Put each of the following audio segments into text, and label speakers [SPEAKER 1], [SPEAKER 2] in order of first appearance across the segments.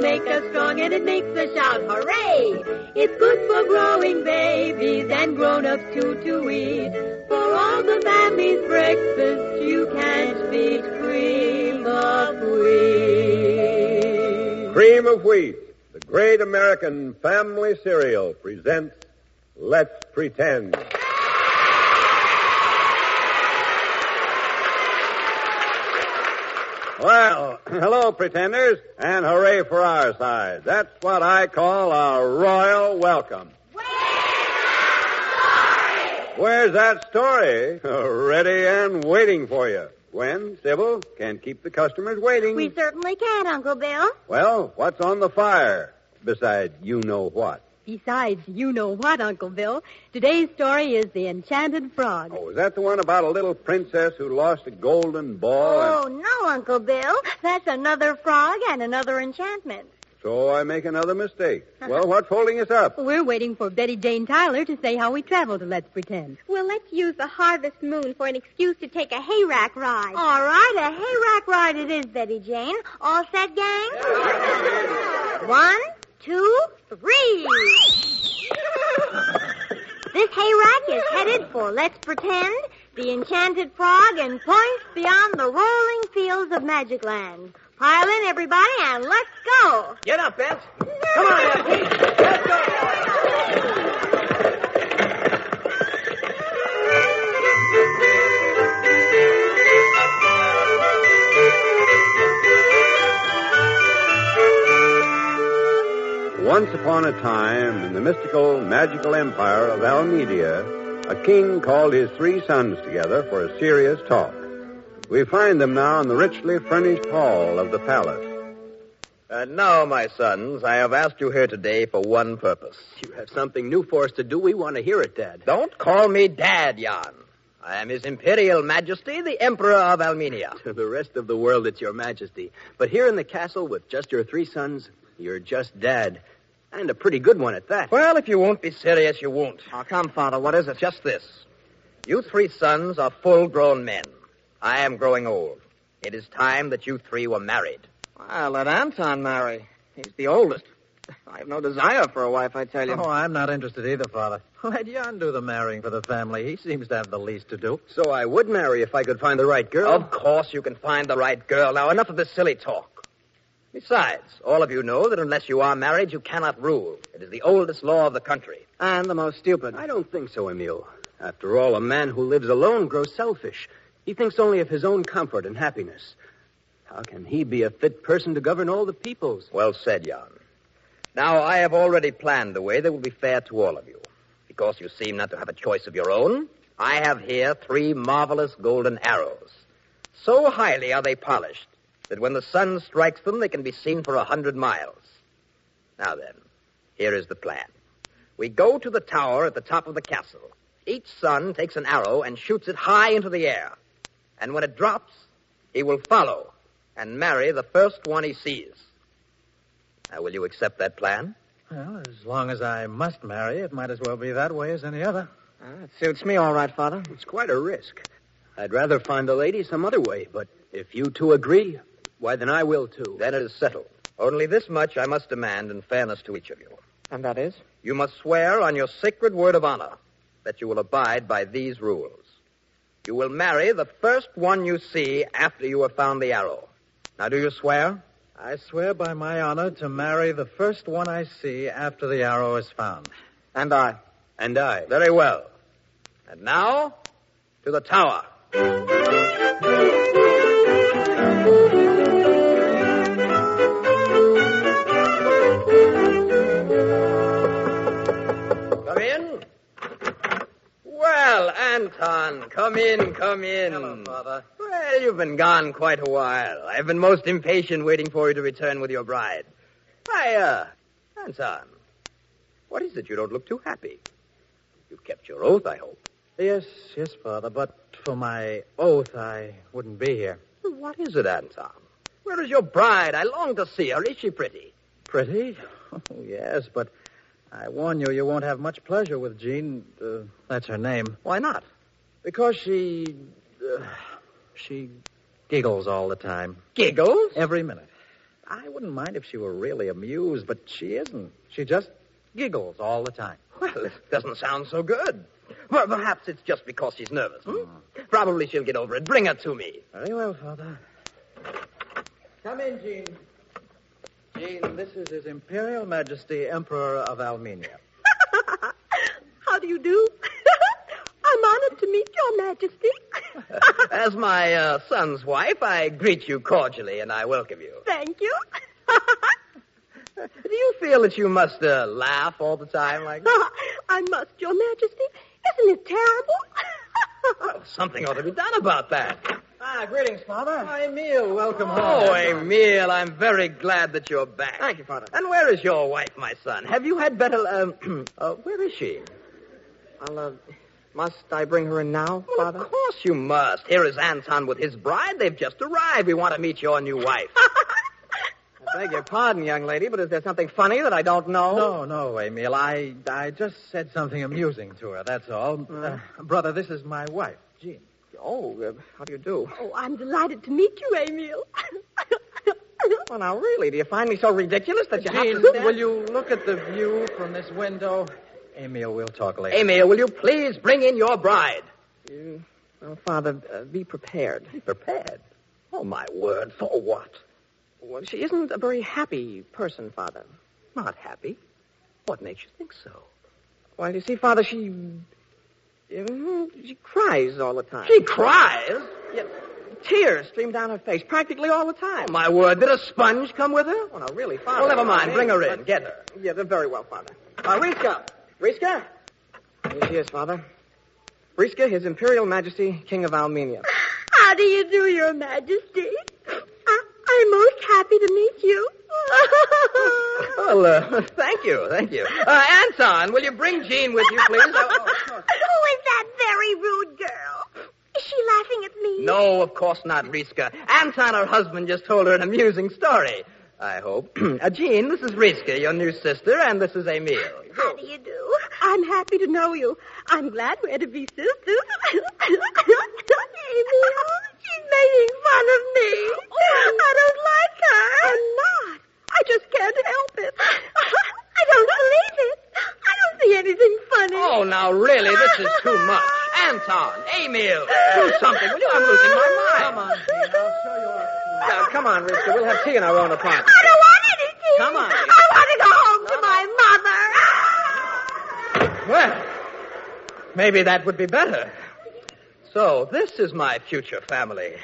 [SPEAKER 1] make us strong and it makes us shout hooray! It's good for growing babies and grown-ups too to eat. For all the family's breakfast, you can't beat cream of wheat.
[SPEAKER 2] Cream of Wheat, the great American family cereal, presents Let's Pretend. Well, hello, pretenders, and hooray for our side. That's what I call a royal welcome. Where's that story? Ready and waiting for you. Gwen, Sybil, can keep the customers waiting.
[SPEAKER 3] We certainly can, Uncle Bill.
[SPEAKER 2] Well, what's on the fire? Besides, you know what.
[SPEAKER 1] Besides, you know what, Uncle Bill? Today's story is The Enchanted Frog.
[SPEAKER 2] Oh, is that the one about a little princess who lost a golden ball? and-
[SPEAKER 3] Oh, no, Uncle Bill. That's another frog and another enchantment.
[SPEAKER 2] So I make another mistake. Well, what's holding us up?
[SPEAKER 1] We're waiting for Betty Jane Tyler to say how we travel to Let's Pretend.
[SPEAKER 4] Well, let's use the harvest moon for an excuse to take a hayrack ride.
[SPEAKER 3] All right, a hayrack ride it is, Betty Jane. All set, gang? One, two, three. this hayrack is headed for, let's pretend, the enchanted frog and points beyond the rolling fields of Magic Land. Pile in, everybody, and let's go.
[SPEAKER 5] Get up, Bess. Come on, Bess. Let's go.
[SPEAKER 2] Once upon a time, in the mystical, magical empire of Almedia, a king called his three sons together for a serious talk. We find them now in the richly furnished hall of the palace.
[SPEAKER 5] And now, my sons, I have asked you here today for one purpose. You have something new for us to do. We want to hear it, Dad. Don't call me Dad, Jan. I am His Imperial Majesty, the Emperor of Almenia. To the rest of the world, it's Your Majesty. But here in the castle, with just your three sons, you're just Dad. And a pretty good one at that. Well, if you won't be serious, you won't. Now, come, Father, what is it? Just this. You three sons are full grown men. I am growing old. It is time that you three were married.
[SPEAKER 6] I'll let Anton marry. He's the oldest. I have no desire for a wife, I tell you.
[SPEAKER 7] Oh, I'm not interested either, Father. Let Jan do the marrying for the family. He seems to have the least to do.
[SPEAKER 6] So I would marry if I could find the right girl.
[SPEAKER 5] Of course you can find the right girl. Now, enough of this silly talk. Besides, all of you know that unless you are married, you cannot rule. It is the oldest law of the country.
[SPEAKER 6] And the most stupid.
[SPEAKER 5] I don't think so, Emil. After all, a man who lives alone grows selfish. He thinks only of his own comfort and happiness. How can he be a fit person to govern all the peoples? Well said, Jan. Now, I have already planned a way that will be fair to all of you. Because you seem not to have a choice of your own, I have here three marvelous golden arrows. So highly are they polished that when the sun strikes them, they can be seen for a hundred miles. Now then, here is the plan. We go to the tower at the top of the castle. Each son takes an arrow and shoots it high into the air. And when it drops, he will follow and marry the first one he sees. Now, will you accept that plan?
[SPEAKER 7] Well, as long as I must marry, it might as well be that way as any other.
[SPEAKER 6] Uh, it suits me all right, Father.
[SPEAKER 5] It's quite a risk. I'd rather find a lady some other way, but if you two agree, why, then I will too. Then it is settled. Only this much I must demand in fairness to each of you.
[SPEAKER 6] And that is?
[SPEAKER 5] You must swear on your sacred word of honor that you will abide by these rules. You will marry the first one you see after you have found the arrow. Now, do you swear?
[SPEAKER 7] I swear by my honor to marry the first one I see after the arrow is found.
[SPEAKER 6] And I.
[SPEAKER 5] And I. Very well. And now, to the tower. Come in. Well, Anton, come in, come in.
[SPEAKER 7] Hello, Father.
[SPEAKER 5] Well, you've been gone quite a while. I've been most impatient waiting for you to return with your bride. Why, uh, Anton, what is it you don't look too happy? You kept your oath, I hope.
[SPEAKER 7] Yes, yes, Father, but for my oath, I wouldn't be here.
[SPEAKER 5] What is it, Anton? Where is your bride? I long to see her. Is she pretty?
[SPEAKER 7] Pretty? Oh, yes, but I warn you, you won't have much pleasure with Jean. Uh, that's her name.
[SPEAKER 5] Why not?
[SPEAKER 7] Because she. Uh, she giggles all the time.
[SPEAKER 5] Giggles?
[SPEAKER 7] Every minute. I wouldn't mind if she were really amused, but she isn't. She just giggles all the time.
[SPEAKER 5] Well, it doesn't sound so good. Well, perhaps it's just because she's nervous. Hmm? Probably she'll get over it. Bring her to me.
[SPEAKER 7] Very well, Father.
[SPEAKER 6] Come in, Jean.
[SPEAKER 7] Jean, this is His Imperial Majesty Emperor of Armenia.
[SPEAKER 1] How do you do? I'm honored to meet your majesty.
[SPEAKER 5] As my uh, son's wife, I greet you cordially and I welcome you.
[SPEAKER 1] Thank you.
[SPEAKER 5] Do you feel that you must uh, laugh all the time like that?
[SPEAKER 1] I must, your majesty. Isn't it terrible?
[SPEAKER 5] Well, something ought to be done about that.
[SPEAKER 6] Ah, greetings, Father.
[SPEAKER 7] Hi, Emil. Welcome home.
[SPEAKER 5] Oh, Emil, I'm very glad that you're back.
[SPEAKER 6] Thank you, Father.
[SPEAKER 5] And where is your wife, my son? Have you had better... Um, uh, where is she?
[SPEAKER 6] I'll, uh, must I bring her in now,
[SPEAKER 5] Well,
[SPEAKER 6] Father?
[SPEAKER 5] of course you must. Here is Anton with his bride. They've just arrived. We want to meet your new wife.
[SPEAKER 6] I beg your pardon, young lady, but is there something funny that I don't know?
[SPEAKER 7] No, no, Emil. I, I just said something amusing to her, that's all. Uh, brother, this is my wife, Jean.
[SPEAKER 6] Oh, uh, how do you do?
[SPEAKER 1] oh, I'm delighted to meet you, Emil.
[SPEAKER 6] Well, now, really, do you find me so ridiculous that you have
[SPEAKER 7] Jean,
[SPEAKER 6] to stand?
[SPEAKER 7] will you look at the view from this window? Emil, we'll talk later.
[SPEAKER 5] Emil, will you please bring in your bride?
[SPEAKER 6] you... Well, Father, uh, be prepared.
[SPEAKER 5] Prepared? Oh, my word, for what?
[SPEAKER 6] Well, she isn't a very happy person, Father.
[SPEAKER 5] Not happy. What makes you think so?
[SPEAKER 6] Why, you see, Father, she... Mhm, She cries all the time.
[SPEAKER 5] She cries?
[SPEAKER 6] Tears stream down her face practically all the time.
[SPEAKER 5] Oh, My word, did a sponge come with her?
[SPEAKER 6] Oh, no, really, Father.
[SPEAKER 5] Well, never mind.
[SPEAKER 6] Hey,
[SPEAKER 5] Bring her in. Get her.
[SPEAKER 6] Yeah, they're very well, Father. Uh, Riska! Riska! Here she is, Father. Riska, His Imperial Majesty, King of Armenia.
[SPEAKER 1] How do you do, your majesty? I- I'm most happy to meet you.
[SPEAKER 5] Well, uh, thank you, thank you. Uh, Anton, will you bring Jean with you, please? Oh, oh,
[SPEAKER 1] Who is that very rude girl? Is she laughing at me?
[SPEAKER 5] No, of course not, Riska. Anton, her husband, just told her an amusing story. I hope. uh, Jean, this is Riska, your new sister, and this is Emil.
[SPEAKER 1] How do you do? I'm happy to know you. I'm glad we're to be sisters. Emil, she's making fun of me. I don't like her. Oh. I'm not. I just can't help it. I don't believe it. I don't see anything funny.
[SPEAKER 5] Oh, now really, this is too much. Anton, Emil, do something. Will you? I'm losing my
[SPEAKER 7] Come
[SPEAKER 5] mind.
[SPEAKER 7] on, Jean. I'll show you our...
[SPEAKER 6] Now, come on, Riska. We'll have tea in our own apartment.
[SPEAKER 1] I don't want anything.
[SPEAKER 6] Come on.
[SPEAKER 1] I want to go home to my mother.
[SPEAKER 5] Well, maybe that would be better. So, this is my future family.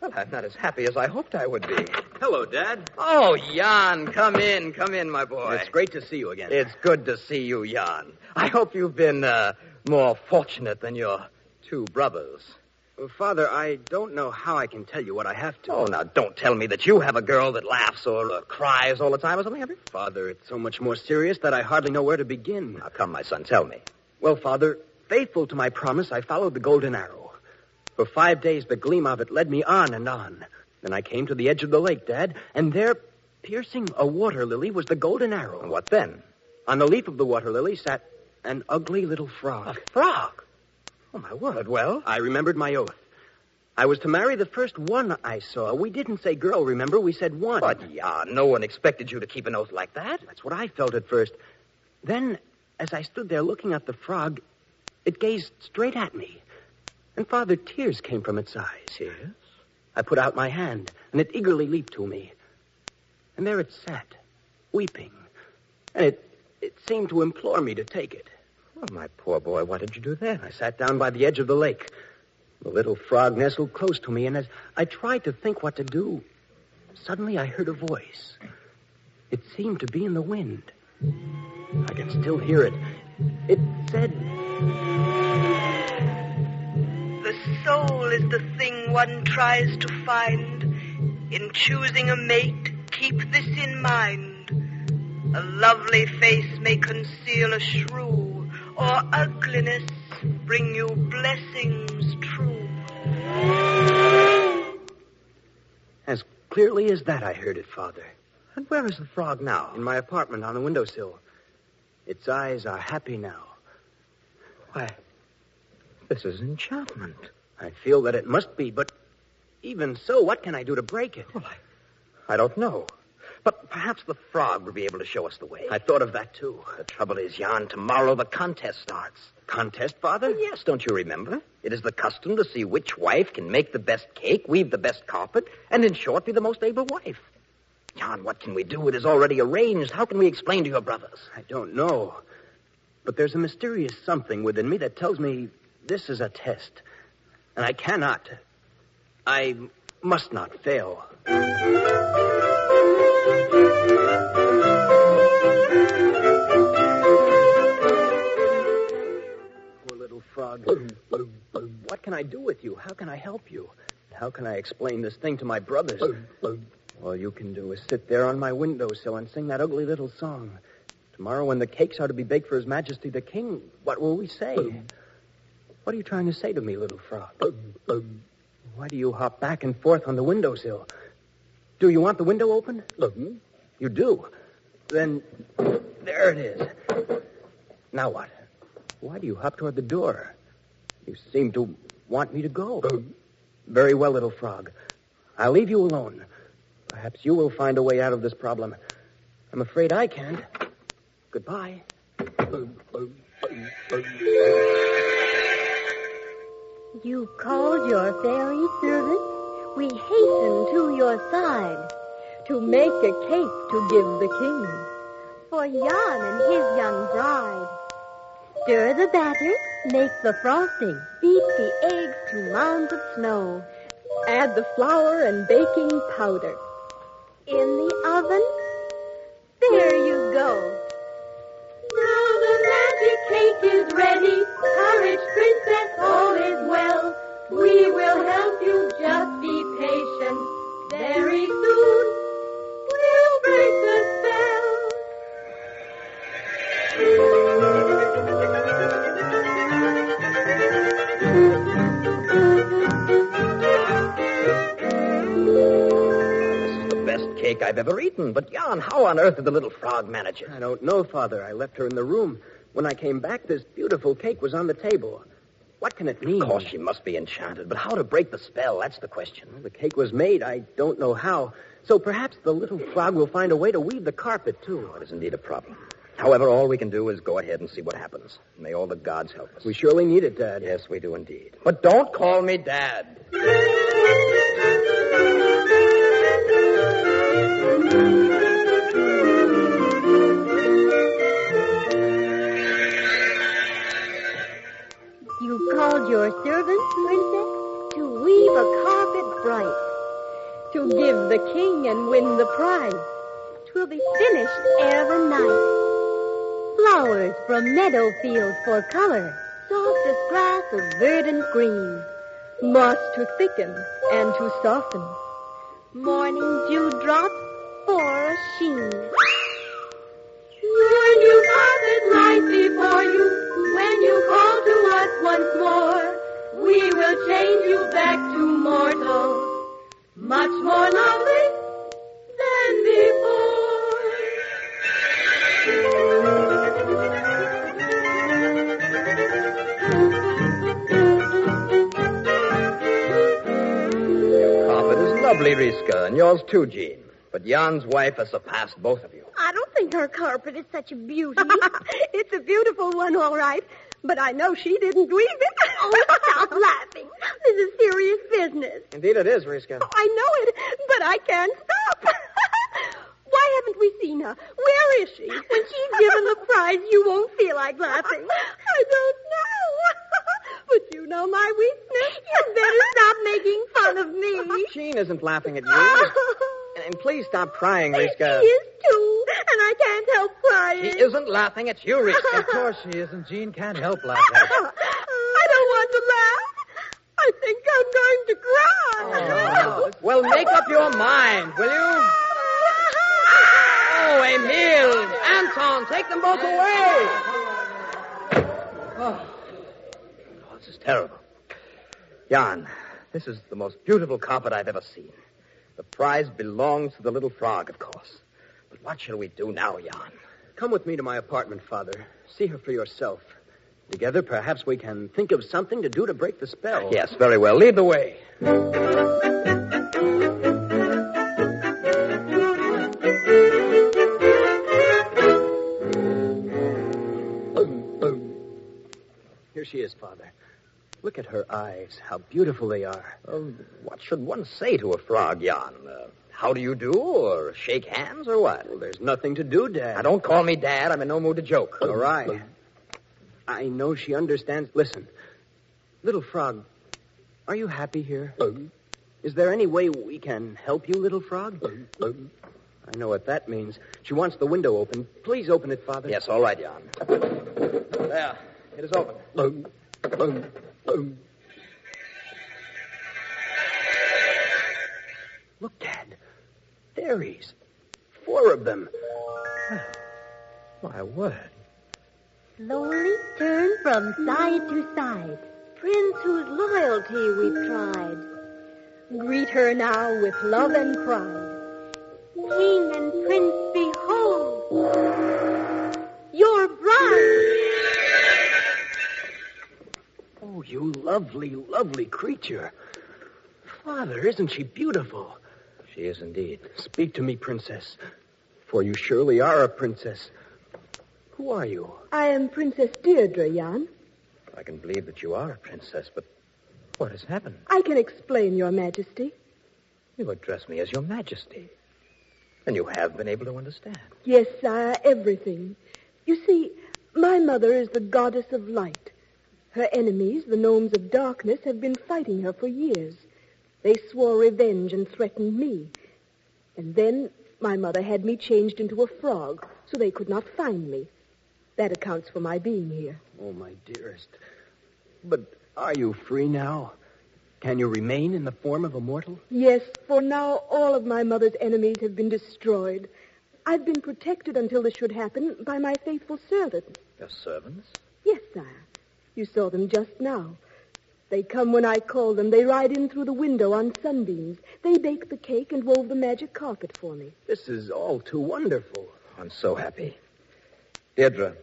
[SPEAKER 5] Well, I'm not as happy as I hoped I would be.
[SPEAKER 2] Hello, Dad.
[SPEAKER 5] Oh, Jan, come in, come in, my boy.
[SPEAKER 2] It's great to see you again.
[SPEAKER 5] It's good to see you, Jan. I hope you've been uh, more fortunate than your two brothers.
[SPEAKER 2] Father, I don't know how I can tell you what I have to.
[SPEAKER 5] Oh, now don't tell me that you have a girl that laughs or uh, cries all the time or something. Have you?
[SPEAKER 2] Father, it's so much more serious that I hardly know where to begin.
[SPEAKER 5] Now, come, my son, tell me.
[SPEAKER 2] Well, Father, faithful to my promise, I followed the golden arrow. For five days, the gleam of it led me on and on. Then I came to the edge of the lake, Dad, and there, piercing a water lily, was the golden arrow.
[SPEAKER 5] What then?
[SPEAKER 2] On the leaf of the water lily sat an ugly little frog.
[SPEAKER 5] Frog. Oh, my word. Well,
[SPEAKER 2] I remembered my oath. I was to marry the first one I saw. We didn't say girl, remember? We said one.
[SPEAKER 5] but, Jan, no one expected you to keep an oath like that.
[SPEAKER 2] That's what I felt at first. Then, as I stood there looking at the frog, it gazed straight at me. And, Father, tears came from its eyes. Tears? I put out my hand, and it eagerly leaped to me. And there it sat, weeping. And it, it seemed to implore me to take it.
[SPEAKER 5] Oh, my poor boy, what did you do then?
[SPEAKER 2] I sat down by the edge of the lake. The little frog nestled close to me, and as I tried to think what to do, suddenly I heard a voice. It seemed to be in the wind. I can still hear it. It said,
[SPEAKER 8] The soul is the thing one tries to find. In choosing a mate, keep this in mind. A lovely face may conceal a shrew, or ugliness bring you blessings true.
[SPEAKER 2] As clearly as that, I heard it, Father.
[SPEAKER 5] And where is the frog now?
[SPEAKER 2] In my apartment on the windowsill. Its eyes are happy now.
[SPEAKER 5] Why, this is enchantment.
[SPEAKER 2] I feel that it must be, but even so, what can I do to break it?
[SPEAKER 5] I don't know. But perhaps the frog will be able to show us the way. I thought of that, too. The trouble is, Jan, tomorrow the contest starts. Contest, Father? Yes, don't you remember? It is the custom to see which wife can make the best cake, weave the best carpet, and in short, be the most able wife. Jan, what can we do? It is already arranged. How can we explain to your brothers? I don't know. But there's a mysterious something within me that tells me this is a test. And I cannot. I must not fail. Poor little frog. what can I do with you? How can I help you? How can I explain this thing to my brothers? All you can do is sit there on my windowsill and sing that ugly little song. Tomorrow, when the cakes are to be baked for His Majesty the King, what will we say? What are you trying to say to me, little frog? Why do you hop back and forth on the windowsill? Do you want the window open? You do. Then there it is. Now what? Why do you hop toward the door? You seem to want me to go. Very well, little frog. I'll leave you alone. Perhaps you will find a way out of this problem. I'm afraid I can't. Goodbye.
[SPEAKER 1] You called your fairy servant. We hasten to your side to make a cake to give the king for Jan and his young bride. Stir the batter, make the frosting, beat the eggs to mounds of snow. Add the flour and baking powder. In the oven, there you go.
[SPEAKER 9] Now the magic cake is ready. Courage, princess, all is well. We will help you. Just be patient. Very soon we'll break the spell.
[SPEAKER 5] This is the best cake I've ever eaten. But, Jan, how on earth did the little frog manage it? I don't know, Father. I left her in the room. When I came back, this beautiful cake was on the table. What can it mean? Of course, she must be enchanted. But how to break the spell? That's the question. the cake was made. I don't know how. So perhaps the little frog will find a way to weave the carpet, too. it is indeed a problem. However, all we can do is go ahead and see what happens. May all the gods help us. We surely need it, Dad. Yes, we do indeed. But don't call me Dad.
[SPEAKER 1] You called your servant, princess, to weave a carpet bright, to give the king and win the prize. 'Twill be finished ere the night. Flowers from meadow field for color, soft as grass of verdant green, moss to thicken and to soften. Morning dew drops for a sheen.
[SPEAKER 9] Your new carpet lies before you. When you call to us once more, we will change you back to mortal. Much more lovely than before.
[SPEAKER 5] Carpet is lovely, Riska, and yours too, Jean. But Jan's wife has surpassed both of you.
[SPEAKER 3] I don't think her carpet is such a beauty. it's a beautiful one, all right. But I know she didn't weave it. oh, stop laughing. This is serious business.
[SPEAKER 6] Indeed it is, Riska.
[SPEAKER 3] I know it, but I can't stop. Why haven't we seen her? Where is she? When she's given the prize, you won't feel like laughing. I don't know. but you know my weakness. You'd better stop making fun of me.
[SPEAKER 6] Jean isn't laughing at you. And, and please stop crying, Riska.
[SPEAKER 3] She is too, and I can't help crying.
[SPEAKER 5] She isn't laughing at you, Riska.
[SPEAKER 7] Of course she isn't. Jean can't help laughing.
[SPEAKER 3] I don't want to laugh. I think I'm going to cry.
[SPEAKER 5] Well, make up your mind, will you? Oh, Emil! Anton, take them both away! Oh, Oh, this is terrible. Jan, this is the most beautiful carpet I've ever seen. The prize belongs to the little frog, of course. But what shall we do now, Jan? Come with me to my apartment, Father. See her for yourself. Together, perhaps we can think of something to do to break the spell. Yes, very well. Lead the way. Here she is, Father. Look at her eyes. How beautiful they are.
[SPEAKER 10] Um, what should one say to a frog, Jan? Uh, how do you do, or shake hands, or what?
[SPEAKER 5] Well, there's nothing to do, Dad.
[SPEAKER 10] Now, don't call me Dad. I'm in no mood to joke.
[SPEAKER 5] All right. I know she understands. Listen, little frog, are you happy here? Is there any way we can help you, little frog? I know what that means. She wants the window open. Please open it, Father.
[SPEAKER 10] Yes, all right, Jan. There. It is open.
[SPEAKER 5] Look, Dad. There he's. Four of them. My word.
[SPEAKER 1] Slowly turn from side to side. Prince whose loyalty we've tried. Greet her now with love and pride. King and prince, behold. Your bride.
[SPEAKER 5] Oh, you lovely, lovely creature. Father, isn't she beautiful?
[SPEAKER 10] She is indeed.
[SPEAKER 5] Speak to me, princess. For you surely are a princess. Who are you?
[SPEAKER 1] I am Princess Deirdre, Jan.
[SPEAKER 10] I can believe that you are a princess, but what has happened?
[SPEAKER 1] I can explain, Your Majesty.
[SPEAKER 10] You address me as your majesty. And you have been able to understand.
[SPEAKER 1] Yes, sire, everything. You see, my mother is the goddess of light. Her enemies, the gnomes of darkness, have been fighting her for years. They swore revenge and threatened me. And then my mother had me changed into a frog so they could not find me. That accounts for my being here.
[SPEAKER 5] Oh, my dearest. But are you free now? Can you remain in the form of a mortal?
[SPEAKER 1] Yes, for now all of my mother's enemies have been destroyed. I've been protected until this should happen by my faithful servants.
[SPEAKER 10] Your servants?
[SPEAKER 1] Yes, sire. You saw them just now. They come when I call them. They ride in through the window on sunbeams. They bake the cake and wove the magic carpet for me.
[SPEAKER 5] This is all too wonderful.
[SPEAKER 10] I'm so happy. Deirdre,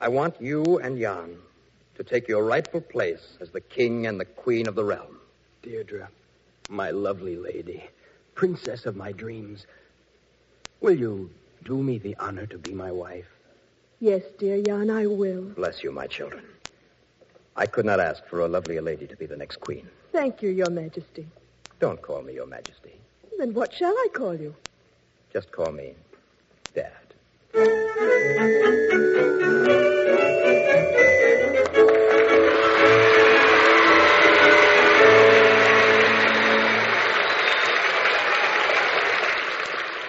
[SPEAKER 10] I want you and Jan to take your rightful place as the king and the queen of the realm.
[SPEAKER 5] Deirdre, my lovely lady, princess of my dreams, will you do me the honor to be my wife?
[SPEAKER 1] Yes, dear Jan, I will.
[SPEAKER 10] Bless you, my children. I could not ask for a lovelier lady to be the next queen.
[SPEAKER 1] Thank you, Your Majesty.
[SPEAKER 10] Don't call me your majesty.
[SPEAKER 1] Then what shall I call you?
[SPEAKER 10] Just call me Dad.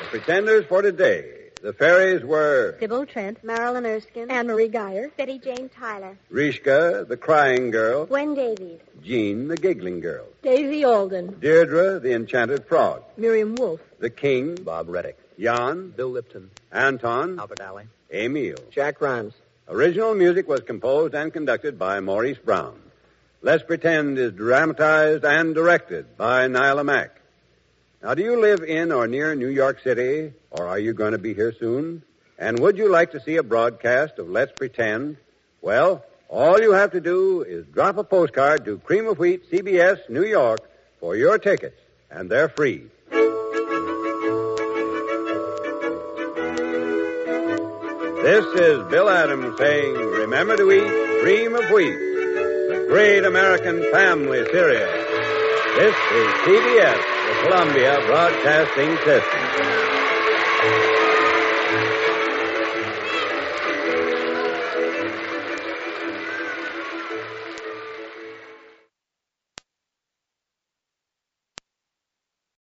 [SPEAKER 2] Pretenders for today. The fairies were
[SPEAKER 1] Sybil Trent,
[SPEAKER 3] Marilyn Erskine.
[SPEAKER 1] Anne Marie Geyer,
[SPEAKER 3] Betty Jane Tyler.
[SPEAKER 2] Rishka, the crying girl,
[SPEAKER 3] Gwen Davies.
[SPEAKER 2] Jean, the giggling girl,
[SPEAKER 1] Daisy Alden,
[SPEAKER 2] Deirdre, the enchanted frog,
[SPEAKER 1] Miriam Wolfe,
[SPEAKER 2] the king,
[SPEAKER 10] Bob Reddick.
[SPEAKER 2] Jan,
[SPEAKER 5] Bill Lipton,
[SPEAKER 2] Anton,
[SPEAKER 5] Albert Alley.
[SPEAKER 2] Emil.
[SPEAKER 6] Jack Rhymes.
[SPEAKER 2] Original music was composed and conducted by Maurice Brown. Let's Pretend is dramatized and directed by Nyla Mack. Now, do you live in or near New York City, or are you going to be here soon? And would you like to see a broadcast of Let's Pretend? Well, all you have to do is drop a postcard to Cream of Wheat, CBS, New York, for your tickets, and they're free. This is Bill Adams saying, remember to eat cream of wheat, the great American family cereal. This is CBS, the Columbia Broadcasting System.